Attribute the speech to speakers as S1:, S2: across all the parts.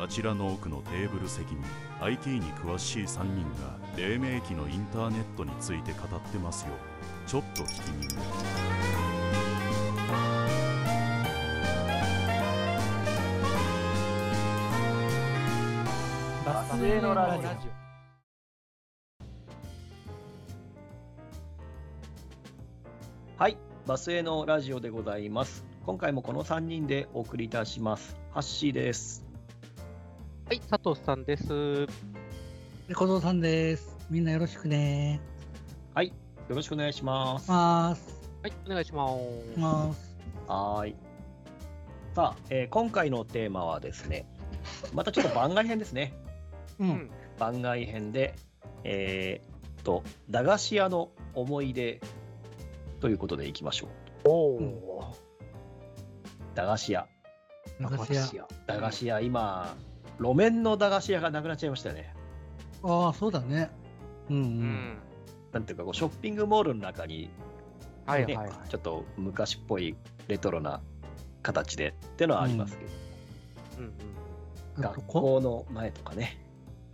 S1: あちらの奥のテーブル席に IT に詳しい3人が黎明期のインターネットについて語ってますよちょっと聞きに
S2: バスへのラジオ
S3: はい、バスへのラジオでございます。今回もこの3人でお送りいたします。ハッシーです。
S2: はい、佐藤さんです。
S4: で小僧さんです。みんなよろしくね。
S3: よろしくお願いします。
S4: まーす。
S2: はい、お願いします。
S4: まーす。
S3: はーい。さあ、えー今回のテーマはですね、またちょっと番外編ですね。
S4: う。
S2: うんん、
S3: 番外編で、えーっと、駄菓子屋の思い出ということでいきましょう。
S2: お
S4: う
S2: お、
S3: 駄菓子屋。
S4: 駄菓子屋。
S3: 屋。駄菓子屋、今、路面の駄菓子屋がなくなっちゃいましたよね。
S4: ああ、そうだね。うんう。
S2: うんん、
S3: なんていうか、こうショッピングモールの中に
S2: はいは
S3: ね
S2: いはい。
S3: ちょっと昔っぽいレトロな形でってのはありますけど、
S2: うんうん、
S4: あ
S3: 学
S4: とコ
S3: 校の前とかね、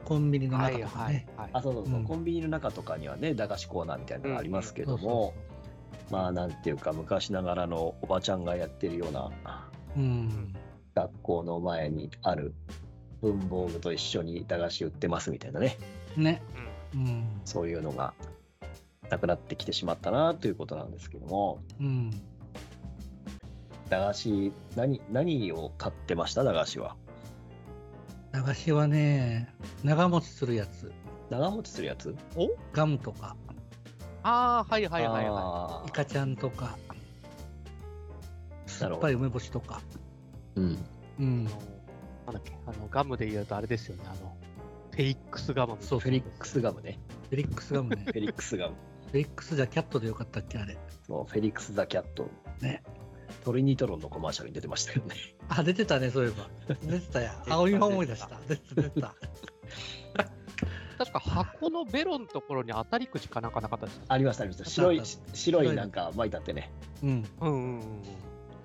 S4: コンビニの
S2: はい
S4: 中
S2: は
S4: とか
S2: い
S4: ね。
S2: はい。
S3: あそうそうそう、
S4: うん
S3: コンビニの中とかにはね、駄菓子コーナーみたいなのがありますけ
S4: そ
S3: ど
S4: うそ
S3: も、まあなんていうか、昔ながらのおばちゃんがやってるような、
S4: うそう。うん。
S3: 学校の前にある文房具と一緒に駄菓子売ってますみたいなね、
S4: ね。うん。
S3: そういうのがなくなってきてしまったなということなんですけども、
S4: うん。
S3: 駄菓子、何何を買ってました、駄菓子は。
S4: 駄菓子はね、長持ちするやつ。
S3: 長持ちするやつ
S4: ガムとか、
S2: ああ、はいはいはいは
S3: あー
S4: イカちゃんとか、
S3: な
S4: 酸
S3: る
S4: っ
S3: ほ
S4: ぱ
S3: ど
S4: い梅干しとか。
S3: うん
S4: うん
S2: い。あ。の、なんだっけ、あの、ガムで言うとあれですよね、あの、フェリックスガムみたいな。
S4: そう
S3: フェリックスガムね。
S4: フェリックスガムね
S3: フ。ェリックスガム。
S4: フェリックスじゃキャットでよかったっけ、あれ。
S3: そう、フェリックス・ザ・キャット。
S4: ね。
S3: トリニトロンのコマーシャルに出てましたよね。
S4: あ、出てたね、そういえば。出てたや。
S2: た
S4: あ、今思い出した。出てた、出てた。
S2: 確か箱のベロのところに当たり口かなんかなかったですよね。
S3: ありました、ありました。白
S4: あ
S3: い、
S4: った
S3: し白いなんか巻いてあってね。
S4: うん。
S2: うんうんうん。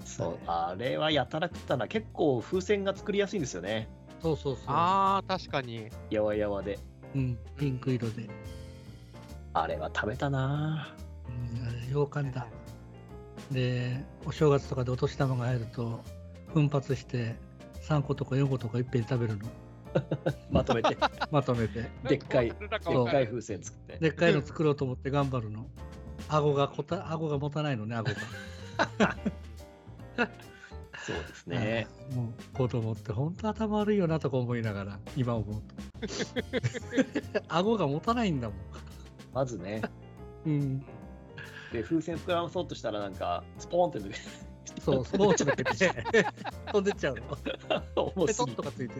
S3: そう
S4: ね、
S3: あれはやたら食ったな。結構風船が作りやすいんですよね。
S4: そうそうそう。
S2: ああ、確かに。
S3: やわやわで。
S4: うん。ピンク色で。
S3: あれは食べたな
S4: うん、あれ洋館だ。で、お正月とかでお年玉が入ると、奮発して、3個とか4個とかいっぺんに食べるの、
S3: まとめ て、
S4: まとめて。
S3: でっかい
S2: なんか
S3: でっ
S2: わか
S3: かい
S2: る。
S3: 風船作って。
S4: でっかいの作ろうと思って頑張るの。顎がこた、顎が持たないのね、顎が。
S3: そうですね。
S4: うんもう、子供って本当頭悪いよなとか思いながら、今思うと。顎が持たないんだもん。
S3: まずね、
S4: うん。
S3: で、風船膨らまそうとしたらなんか、スポーンって抜け
S4: そう、スポーツ抜けて、飛んでっちゃうの。
S3: た。重
S4: ペ
S3: す
S4: ト
S3: ぎ
S4: ッ
S3: て
S4: とかついて。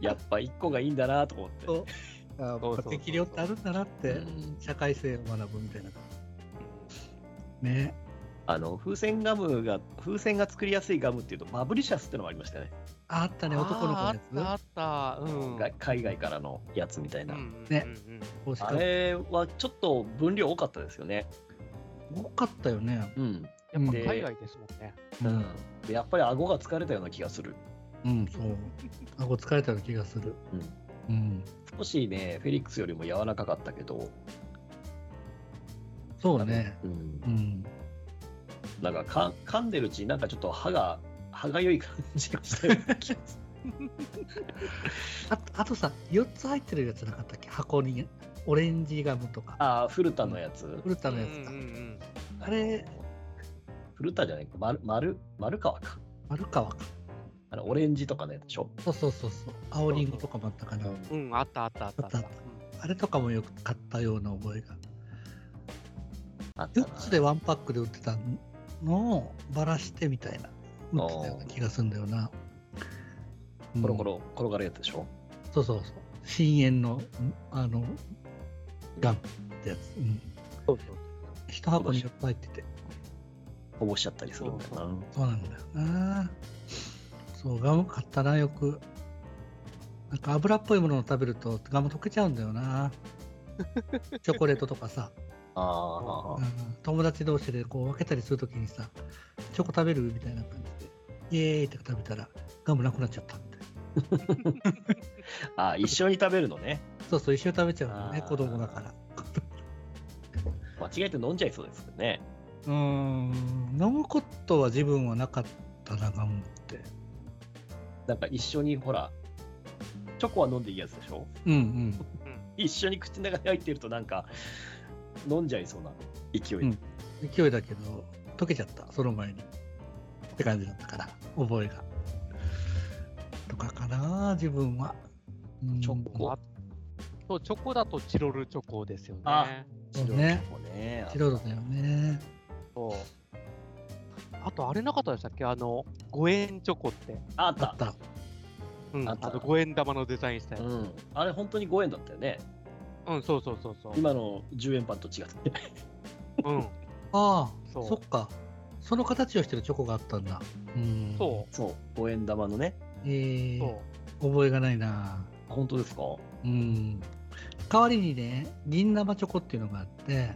S3: やっぱ一個がいいんだなと思って。
S4: そう。あ
S2: そうそうそう
S4: 適量ってあるんだなって。
S3: うん
S4: 社会性を学ぶみたいなね
S3: あの風船ガムが風船が作りやすいガムっていうとバブリシャスってのがありましたね、
S4: あったね男の子のや
S2: あーあ
S4: つ
S2: ったあった。うん。
S3: が海外からのやつみたいな、
S2: うん
S4: ね
S2: うんうん
S4: 欲し
S3: あ
S4: かっ
S3: れはちょっと分量多かったですよね
S4: た多かったよね
S3: うん、
S2: うん。やっ
S3: で
S2: ぱ海外ですもんね。
S4: うん、
S3: でやっぱり顎が疲れたような気がする
S4: うん、そう顎疲れたような気がするうん
S3: 少しねフェリックスよりも柔らかかったけど、
S4: そうね
S3: うん
S4: う、ん
S3: なんかか噛んでるうちになんかちょっと歯が歯がゆい感じがしたような気がする
S4: あとあとさ4つ入ってるやつなかったっけ箱にオレンジガムとか
S3: ああ古田のやつ
S4: 古田のや
S2: う
S4: つ
S2: んう
S4: か
S2: んうん。
S4: あれ
S3: 古田じゃないか丸丸丸川か
S4: 丸川か
S3: あのオレンジとかのやつでしょ
S4: そうそうそうそう青りんごとかもあったかな
S2: うん、あったあったあったあった。
S4: あったあったあれとかもよく買ったような覚えが
S3: あったな
S4: 4つでワンパックで売ってたのをばらしてみたいな売ってたような気がするんだよなうん
S3: コロコロ転がるやつでしょ
S4: そうそうそう深淵のあのガンってやつ、うん、
S2: そうそう。
S4: 一箱にいっぱい入ってて
S3: こぼしちゃったりするんだよな
S4: そうなんだよなそうガム買ったなよくなんか油っぽいものを食べるとガム溶けちゃうんだよなチョコレートとかさ、
S3: あ
S4: う
S3: あ、
S4: ん友達同士でこう分けたりするときにさチョコ食べるみたいな感じでイエーイって食べたらガムなくなっちゃったみたいな
S3: あ、一緒に食べるのね。
S4: そうそう、一緒に食べちゃうんだよね、
S3: あー
S4: 子供だから。
S3: 間違えて飲んじゃいそうですよね。
S4: うーん、飲むことは自分はなかったな、ガムって。
S3: なんか一緒にほら、チョコは飲んでいいやつでしょ
S4: うんうん。
S3: 一緒に口の中に入ってるとなんか、飲んじゃいそうな勢いで。
S4: うん勢いだけど、溶けちゃった、その前に。って感じだったから、覚えが。とかかな、自分は。うん
S3: チョコ
S2: あそうチョコだとチロルチョコですよね。
S3: あ
S4: そうね
S3: 白いチョコね
S4: チロルだよね。
S2: そうあと、あれなかったでしたっけあの、五円チョコって。
S3: あっ
S4: あ
S3: た
S4: っ。た。
S2: うん、
S3: あ
S2: あ
S3: った
S2: と五円玉のデザインしたや
S3: う
S2: つ。
S3: ん。あれ本当に5円だったよね。
S2: うん、そうそうそうそう。
S3: 今の10円パンと違 って。
S2: うん、
S4: あ
S2: そ
S4: あ、
S2: う
S4: そっか。その形をしてるチョコがあったんだ。うん。
S2: そ
S3: そう、5円玉のね。
S4: え
S2: う、
S4: ー
S2: そ
S4: 覚えがないな。
S3: 本当ですか
S4: うん。代わりにね、銀生チョコっていうのがあって、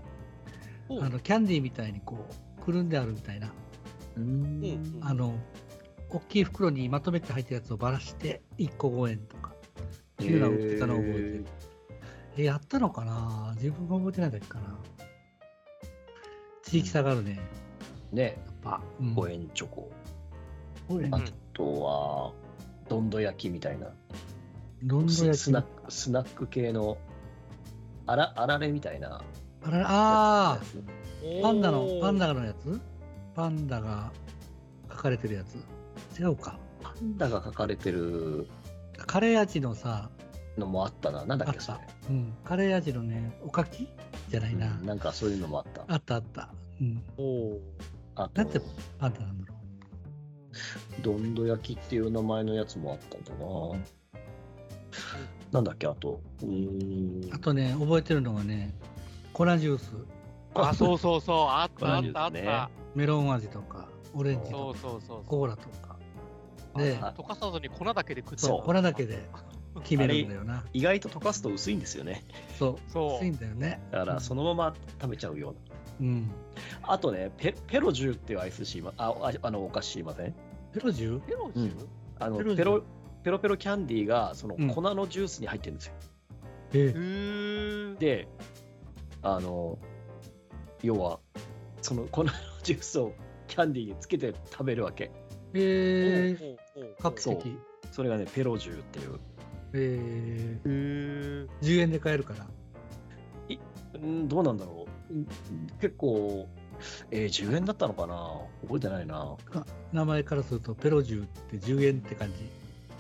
S2: う。
S4: あのキャンディーみたいにこう、くるんであるみたいな。
S2: う
S3: う
S2: ん
S3: ん。
S2: うん
S4: あの、大きい袋にまとめて入ってるやつをばらして、1個5円とか。急なの売ってたのを覚えてる。え、やったのかな自分が覚えてないだけかな。地域差があるね。
S3: ね、
S4: やっぱ。うん
S3: 5円チョコ。
S4: 5円
S2: う
S3: あ
S2: ん
S3: とは、どんど焼きみたいな。
S4: どんどん
S3: ス
S4: 焼
S3: ス
S4: き
S3: ナック、スナック系の、あら、あられみたいな。
S4: あらあ
S3: や
S4: ーパンダのパンダのやつパンダが書かれてるやつ違うか
S3: つパンダが書かれてる
S4: カレー味のさ、
S3: のもあったな。なんだっけ、
S4: あっ
S3: そ
S4: た
S3: れ。
S4: うん、カレー味のねおかきじゃないな、
S3: うんなんかそういうのもあった。
S4: あったあった、うん、
S2: おお
S3: あ
S4: な
S3: と
S4: んてパンダなんだろ
S3: どんど焼きっていう名前のやつもあったんだな。なんだっけ、あと。うーん
S4: うあとね覚えてるのがねコラジュース
S2: ー。あ、そうそうそう。あったあ
S3: 感
S2: っ
S3: じです
S2: たあっ
S3: ね
S2: た。
S4: メロン味とかオレン
S2: そ
S4: ジと
S2: う
S4: か
S2: そうそうそう。
S4: コーラとかで
S2: あ溶かさずに粉だけで食ってた
S3: そう
S4: 粉だけで決めるんだよな
S3: 意外と溶かすと薄いんですよね。
S4: そう
S2: そう
S4: 薄いんだよね
S3: だから、そのまま食べちゃうような。
S4: うん
S3: あとね、ペペロジュっていうアイス知りま、あ、ああの、お菓子知りません
S4: ペロジュ
S2: ペロジュ、
S3: あの
S4: ペロジ
S3: ペ
S4: ュ
S3: ロペロペロキャンディーがその
S4: うん
S3: 粉のジュースに入ってるんですよ。
S4: え
S2: へー
S3: で、あの要はその粉のジュースをキャンディーにつけて食べるわけ。
S4: えー、
S2: おうおうおう
S4: カップ
S3: そう
S4: 的
S3: それがねペロジュっていう。
S4: え
S2: へー
S4: ー、10円で買えるから
S3: うんどうなんだろう。うん結構えー、10円だったのかな覚えてないな。
S4: 名前からするとペロジュって10円って感じ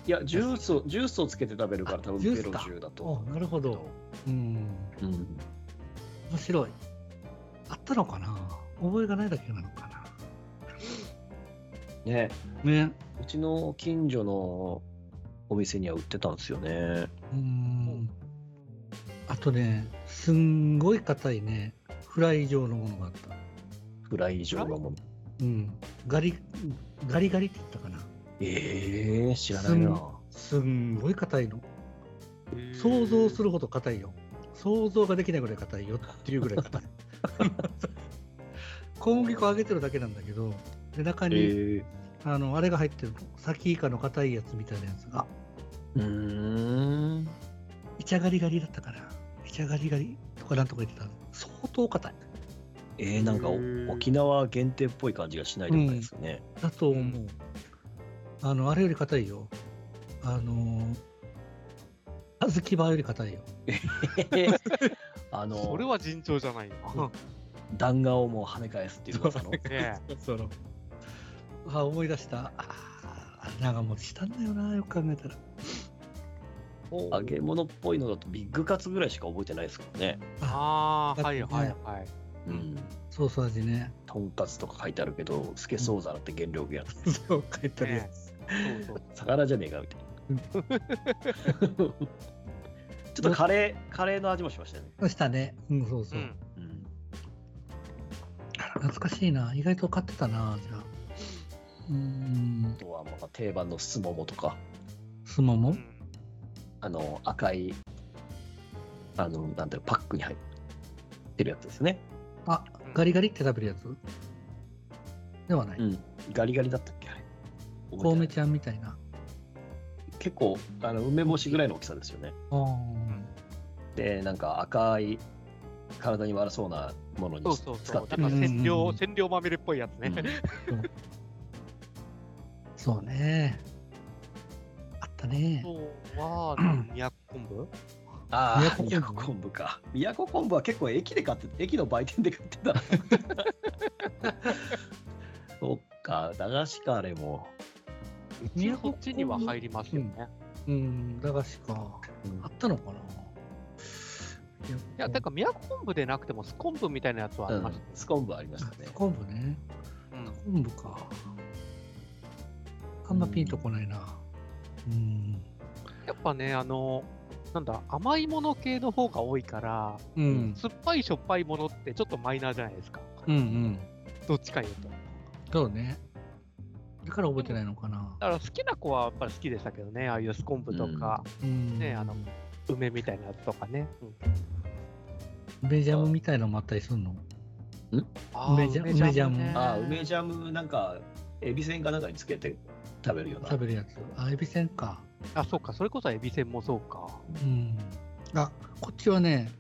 S3: いやジュースをジュースをつけて食べるから
S4: あ
S3: 多分
S4: ジュー
S3: ペ
S4: ス
S3: ロ
S4: だ
S3: ジュだと
S4: あ
S3: 思う。
S4: なるほどうん
S3: うん。
S4: 面白いあったのかな覚えがないだけなのか
S3: ね
S4: なね
S3: うちの近所のお店には売ってたんですよね。
S4: うーんあとねすんごい硬いねフライ状のものがあった
S3: フライ状のもの。
S4: うんガリガリガリって言ったかな
S3: ええー、知らないな。
S4: すんごい硬いの想像するほど硬いよ想像ができないぐらい硬いよっていうぐらい硬 い小麦粉揚げてるだけなんだけどで中に、
S3: え
S4: あのあれが入ってるのサキイカの硬いやつみたいなやつが
S3: ー、うーん。
S4: イチャガリガリだったかなイチャガリガリとかなんとか言ってた相当硬い
S3: えー、なんかお
S2: へー
S3: 沖縄限定っぽい感じがしないでもないですよね。
S4: だと思う、
S2: う
S4: あのあれより硬いよあの小豆バーより硬いよ
S3: あの
S2: それは尋常じゃないよ。
S3: 弾丸をもう跳ね返すっていう噂 の。
S2: ね
S4: そのあ思い出したあー長持ちしたんだよなよく考えたら
S3: 揚げ物っぽいのだとビッグカツぐらいしか覚えてないですけどね。
S2: ああ、
S4: だっ
S2: は
S4: て
S2: い
S4: ね
S2: はいはい。
S3: うん。
S4: ソース味ね
S3: とんかつとか書いてあるけど、スケソウザラって原料やつ。
S4: そう書いてあるや
S2: ね
S4: つ、
S2: そうそう
S3: 魚じゃねえかみたい な。ちょっとカレー、カレーの味もしましたよね。
S4: そうしたねうんそう
S2: う
S4: そう、
S2: ん
S3: うん。
S4: 懐かしいな意外と買ってたなじゃあうーん
S3: あとはまあ定番のすももとか。
S4: すも
S2: う
S4: も
S2: ん
S3: あの赤いあのなんだろうパックに入ってるやつですね、
S4: あガリガリって食べるやつではない、
S3: ん、ガリガリだったっけあれ
S4: コウメ
S3: ゃ
S4: ちゃんみたいな
S3: 結構あの梅干しぐらいの大きさですよね
S4: うん
S3: でなんか赤い体に悪そうなものに
S2: そう
S3: 使
S2: そうそ
S3: っ
S2: う。
S3: て
S2: な
S3: る
S2: んか
S4: う
S2: 占
S4: んうんう
S2: 領、
S4: ん
S2: 占領まみれっぽいやつね。
S4: そうね。あったね。
S2: そうは、200昆布
S3: ああ宮
S4: 宮古
S3: 古
S4: 昆
S3: 昆布か宮古昆布は結構駅で買って駅の売店で買ってた そっか駄菓子かあれも、
S4: 宮
S2: こ
S4: 古昆布
S2: っちには入りますよね。
S4: うん、駄菓子か。
S3: うん
S4: あったのかな。
S2: いや、だから、宮古昆布でなくても、スコンブみたいなやつはあ
S3: う
S2: りま
S3: ん
S2: し、
S3: スコンブありま
S4: あ
S3: したね
S4: 昆布ね。
S2: た。うん
S4: 昆布か。あんまピンとこないな。うん。
S2: やっぱね、あの、なんだ、甘いもの系の方が多いから、
S4: うん。
S2: 酸っぱいしょっぱいものってちょっとマイナーじゃないですか。
S4: うんうん。
S2: どっちか言うと。だ
S4: そうね。だから覚えてないのかな。
S2: から好きな子はやっぱり好きでしたけどね、ああいうスコンブとか、
S4: うん。
S2: ねあの梅みたいなやつとかね。
S4: 梅ジャムみたいのもあったりするの
S2: あー
S4: 梅ジャ
S2: 梅ジャム
S4: 梅ジャム
S2: ね
S3: ああ梅ジャムなんかエビせんかなんかにつけて食べるような
S4: 食べるやつ。あ、エビせんか。
S2: あ、そうか、それこそエビせんもそうか。
S4: うん。あ、こっちはね、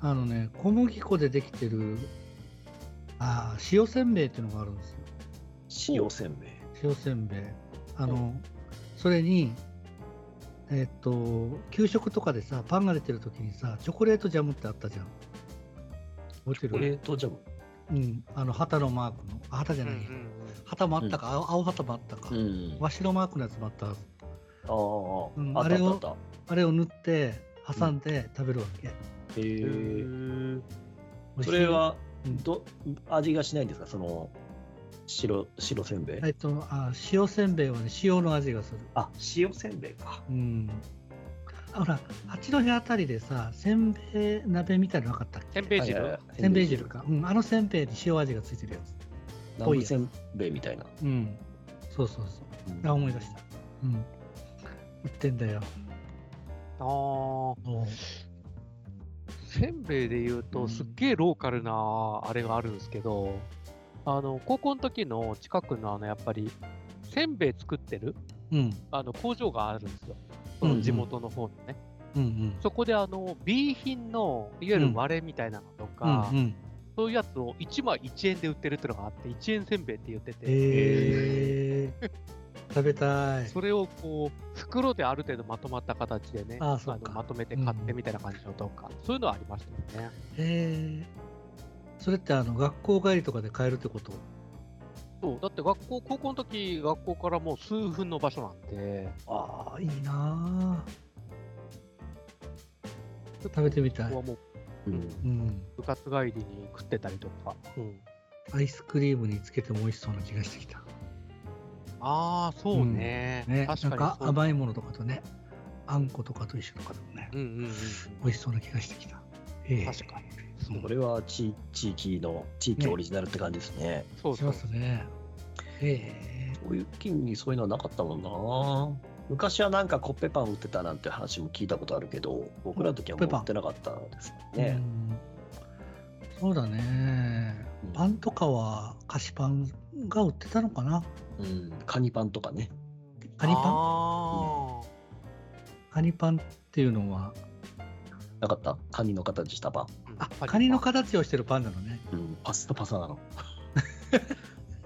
S4: あのね、小麦粉でできてる、あー塩せんべいっていうのがあるんですよ。
S3: 塩せんべい
S4: 塩せんべい。あの、それに、えっと、給食とかでさ、パンが出てる時にさ、チョコレートジャムってあったじゃん。覚えて
S3: これ
S4: る
S3: とジャム
S4: うん。あの、旗のマークの。あ旗じ
S2: う
S4: ゃ
S2: んう
S4: ない。
S2: ん
S4: 旗もあったか、青青旗もあったか。
S3: ん
S4: わしのマークのやつもあったはず
S3: あー、
S4: うん
S3: あああった
S4: あれを
S3: あったあっ
S4: あれを塗って、挟んで食べるわけ。
S3: た
S2: う
S3: へえ
S2: ん。へー
S4: 美味しい
S3: それは
S4: うん
S3: ど味がしないんですかその白白せんべい、
S4: えっと、あ塩せんべいはね、塩の味がする。
S3: あ塩せんべいか
S4: うん。あほら、八戸あたりでさ、せんべい鍋みたいなのなかったっけ
S2: せんべい汁、
S3: はいはいはい
S4: せんべい汁か。うん、あのせんべいに塩味がついてるやつ。
S3: 南部せんべいみたいな、
S4: うん。そうそうそう。あ、思い出した。うん。売ってんだよ。
S2: あー
S4: おう
S2: せんべいで言う
S3: う
S2: と、
S3: ん
S2: すっげえローカルなあれがあるんですけど、あの、高校の時の近くのあの、やっぱり、せんべい作ってる
S4: うん。
S2: あの工場があるんですよ。そ
S4: うんう
S2: の
S4: ん
S2: 地元の方のね。
S4: うんうん。
S2: そこであの、B 品の、いわゆる割れみたいなのとか、
S4: うんうん。
S2: そういうやつを1枚1円で売ってるってのがあって、1円せんべいって言ってて、
S4: えー。食べたい。
S2: それをこう、袋である程度まとまった形でね、
S4: あーそっか
S2: のまとめて買ってみたいな感じのとか、そういうのはありましたよね。
S4: えー。それってあの学校帰りとかで買えるってこと
S2: そう、だって学校、高校の時、学校からもう数分の場所なんで、
S4: ああ、いいなー食べてみた
S2: こ
S4: い
S2: こ。はもう
S3: うん
S4: うん。
S2: 部活帰りに食ってたりとか。うん
S4: アイスクリームにつけても美味しそうな気がしてきた。
S2: ああ、そうね。
S4: ね、
S2: 確か
S4: なん
S2: に
S4: か
S2: そう
S4: 甘いものとかとね、あんことかと一緒とかでもね、
S2: うんうんうんうん。
S4: 美味しそうな気がしてきた。ええ
S2: 確かに。
S4: うん
S3: これは地地域の地域オリジナルって感じですね
S2: そう
S4: し
S2: そう
S4: ま。すね。ええ
S3: そういう金にそういうのはなかったもんな昔はなんかコッペパン売ってたなんて話も聞いたことあるけど僕らの時はもう売ってなかったですもん
S4: う
S3: ね、
S4: んそうだね。
S3: うん
S4: パンとかは菓子パンが売ってたのかな
S3: うんカニパンとかね
S4: カニパン
S2: あー
S4: カニパンっていうのは、
S3: なかったカニの形したパン、
S4: あ、カニの
S2: か
S4: 形をしてるパンなのね。
S3: うん、パスタパサ なの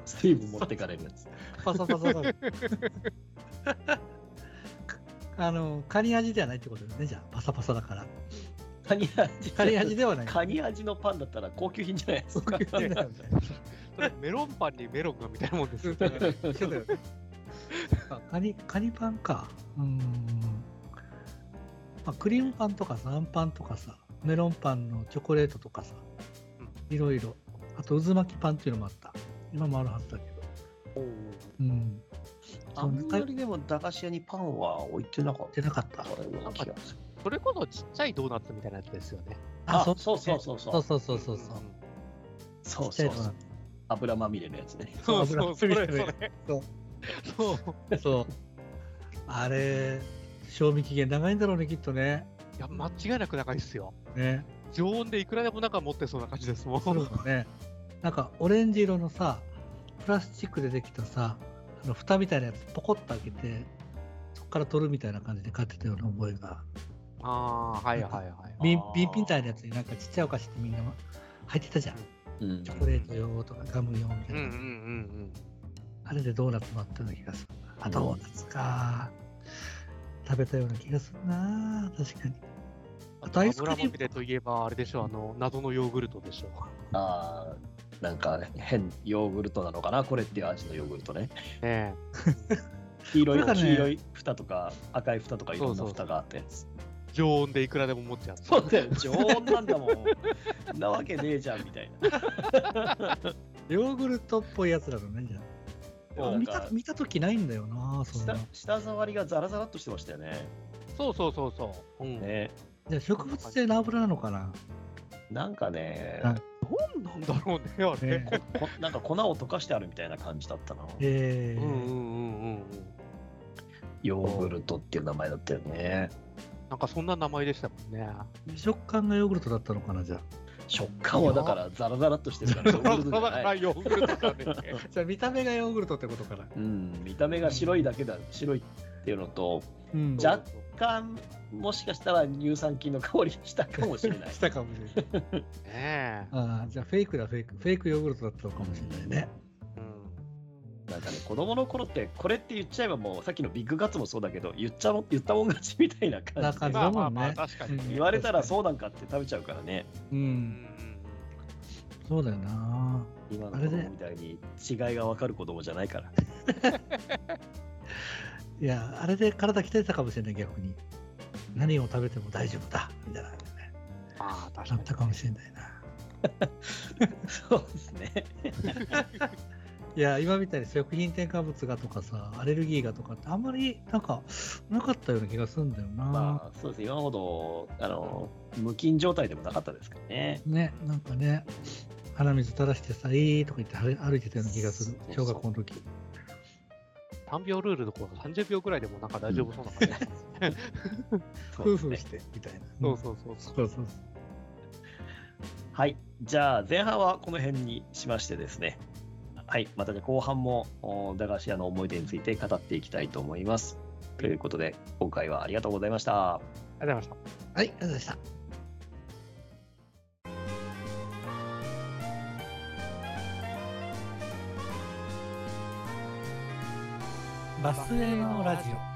S3: 水分持ってかれるやつ
S4: パサパサだね あの、カニ味ではないってことですね、じゃあ、パサパサだから。
S3: カニ味
S4: カニ味ではない。
S3: カニ味のパンだったら高級品じゃないです か
S4: そうだよね
S2: それメロンパンにメロンがみたいなもん ですよね。
S4: 一緒だよね。あカニ、カニパンか。うーん。まあ、クリームパンとかさ、あんパンとかさ、メロンパンのチョコレートとかさ、いろいろ。あと、渦巻きパンっていうのもあった。今もあるはずだけど。うん。
S3: あんまりでも駄菓子屋にパンは置いてなかっ
S4: 出なかったた。
S3: ような気がする
S2: それこそちっちゃいドーナツみたいなやつですよね。
S3: あそうそう
S4: そ
S3: そうう
S4: そ。
S3: そうう
S4: そうそうそうそう。
S3: そう
S4: ちっちゃ
S3: そ
S4: いうの
S3: そ
S4: が
S3: う油まみれのやつね
S2: そうそう、それそれ。
S4: そう
S2: そう。
S4: そう。あれ、賞味期限長いんだろうね、きっとね。
S2: いや、間違いなく長いっすよ。
S4: ね。
S2: 常温でいくらでも中持ってそうな感じですもん。
S4: そうだね。なんかオレンジ色のさ、プラスチックでできたさ、あの蓋みたいなやつ、ポコッと開けて、そこから取るみたいな感じで買ってたような覚えが
S2: ああ、はいはいはい。
S4: 瓶
S3: あー
S4: 瓶みたいなやつになんかちっちゃいお菓子ってみんな入ってたじゃん
S3: うん
S4: チョコレート用とかガム用みた
S2: う
S4: い
S2: ん
S4: な、
S2: うんうん
S4: あれでドーナツもあったような気がするあドーナツか食べたような気がするな確かに
S2: うん。
S4: あ
S2: あ
S4: と
S2: と
S4: アイスクリーム
S2: 油まみれといえば、あれでしょ、あの、謎のヨーグルトでしょ。
S3: あーなんか変ヨーグルトなのかなこれっていう味のヨーグルト ね
S2: ね
S3: 黄色い、
S4: これがね
S3: 黄色い蓋とか赤い蓋とかいろんな蓋があったやつ
S2: え。常温でいくらでも持っちゃう。
S3: そうだよ常温なんだもんなわけねえじゃんみたいな
S4: ヨーグルトっぽいやつだろうねじゃ
S3: も
S4: あ
S3: なん
S4: 見た
S3: か
S4: 見た時ないんだよなそんな
S3: 舌舌触りがザラザラっとしてましたよね
S2: そうそうそうそう。うん。
S3: ね
S4: じゃあ植物性の油なのかな
S3: なんかね、
S4: はい
S2: 何なんだろうね、あれ。
S4: ね
S3: こなんか粉を溶かしてあるみたいな感じだったな
S4: え
S2: うんうんう
S4: ー
S2: んうんうん。
S3: ヨーグルトっていう名前だったよね
S2: なんかそんな名前でしたもんね。
S4: 食感がヨーグルトだったのかなじゃあ
S3: 食感はだからザラザラっとしてる からヨーグルトじゃない
S2: ヨーグルトじゃね え
S4: じゃあ見た目がヨーグルトってことかな
S3: うん、見た目が白いだけだ白いっていうのと
S4: うん
S3: じゃ食感もしかしたら乳酸菌の香りがしたか もしれない
S4: したかもしれない
S2: ね
S4: ああじゃあフェイクだフェイクフェイクヨーグルトだったのかもしれないね
S2: え。うん。
S3: なんかね子供の頃ってこれって言っちゃえばもうさっきのビッグガッツもそうだけど言っちゃも言ったもん勝ちみたいな感
S4: な
S3: じ
S4: 感
S3: で
S4: じ
S2: ま
S4: だ
S2: あま
S4: も
S2: あ
S4: ん
S2: まあ、
S4: ね
S2: 確かにね。
S4: うん
S3: 言われたらそうなんかって食べちゃうからね
S4: う
S2: うんん
S4: そうだよな
S3: 今の
S4: あれ
S3: 子
S4: で
S3: 供みたいに違いが分かる子供じゃないから
S4: いやあれで体鍛えてたかもしれない逆に何を食べても大丈夫だみたいなね
S2: ああ、確か
S4: な
S2: に
S4: っ。たかもしれないな
S3: そうですね
S4: いや今みたいに食品添加物がとかさアレルギーがとかってあんまりなんかなかったような気がするんだよな、
S3: まあそうですね今ほどあの無菌状態でもなかったですからね
S4: ねなんかね鼻水垂らしてさいいとか言って歩歩いてたような気がする
S3: そうそ
S4: 小
S3: う
S4: 学校の時
S2: 3秒ルールどころか30秒ぐらいでもなんか大丈夫そうな感じ、
S3: そう
S4: 夫
S3: ですね
S4: 婦してみたいな
S2: そうそうそうそう。
S4: そうそうそう
S3: はいじゃあ前半はこの辺にしましてですねはいまたじゃあ後半もお駄菓子屋の思い出について語っていきたいと思いますということで今回はありがとうございました
S2: ありがとうございました。
S4: はいありがとうございましたバスへのラジオ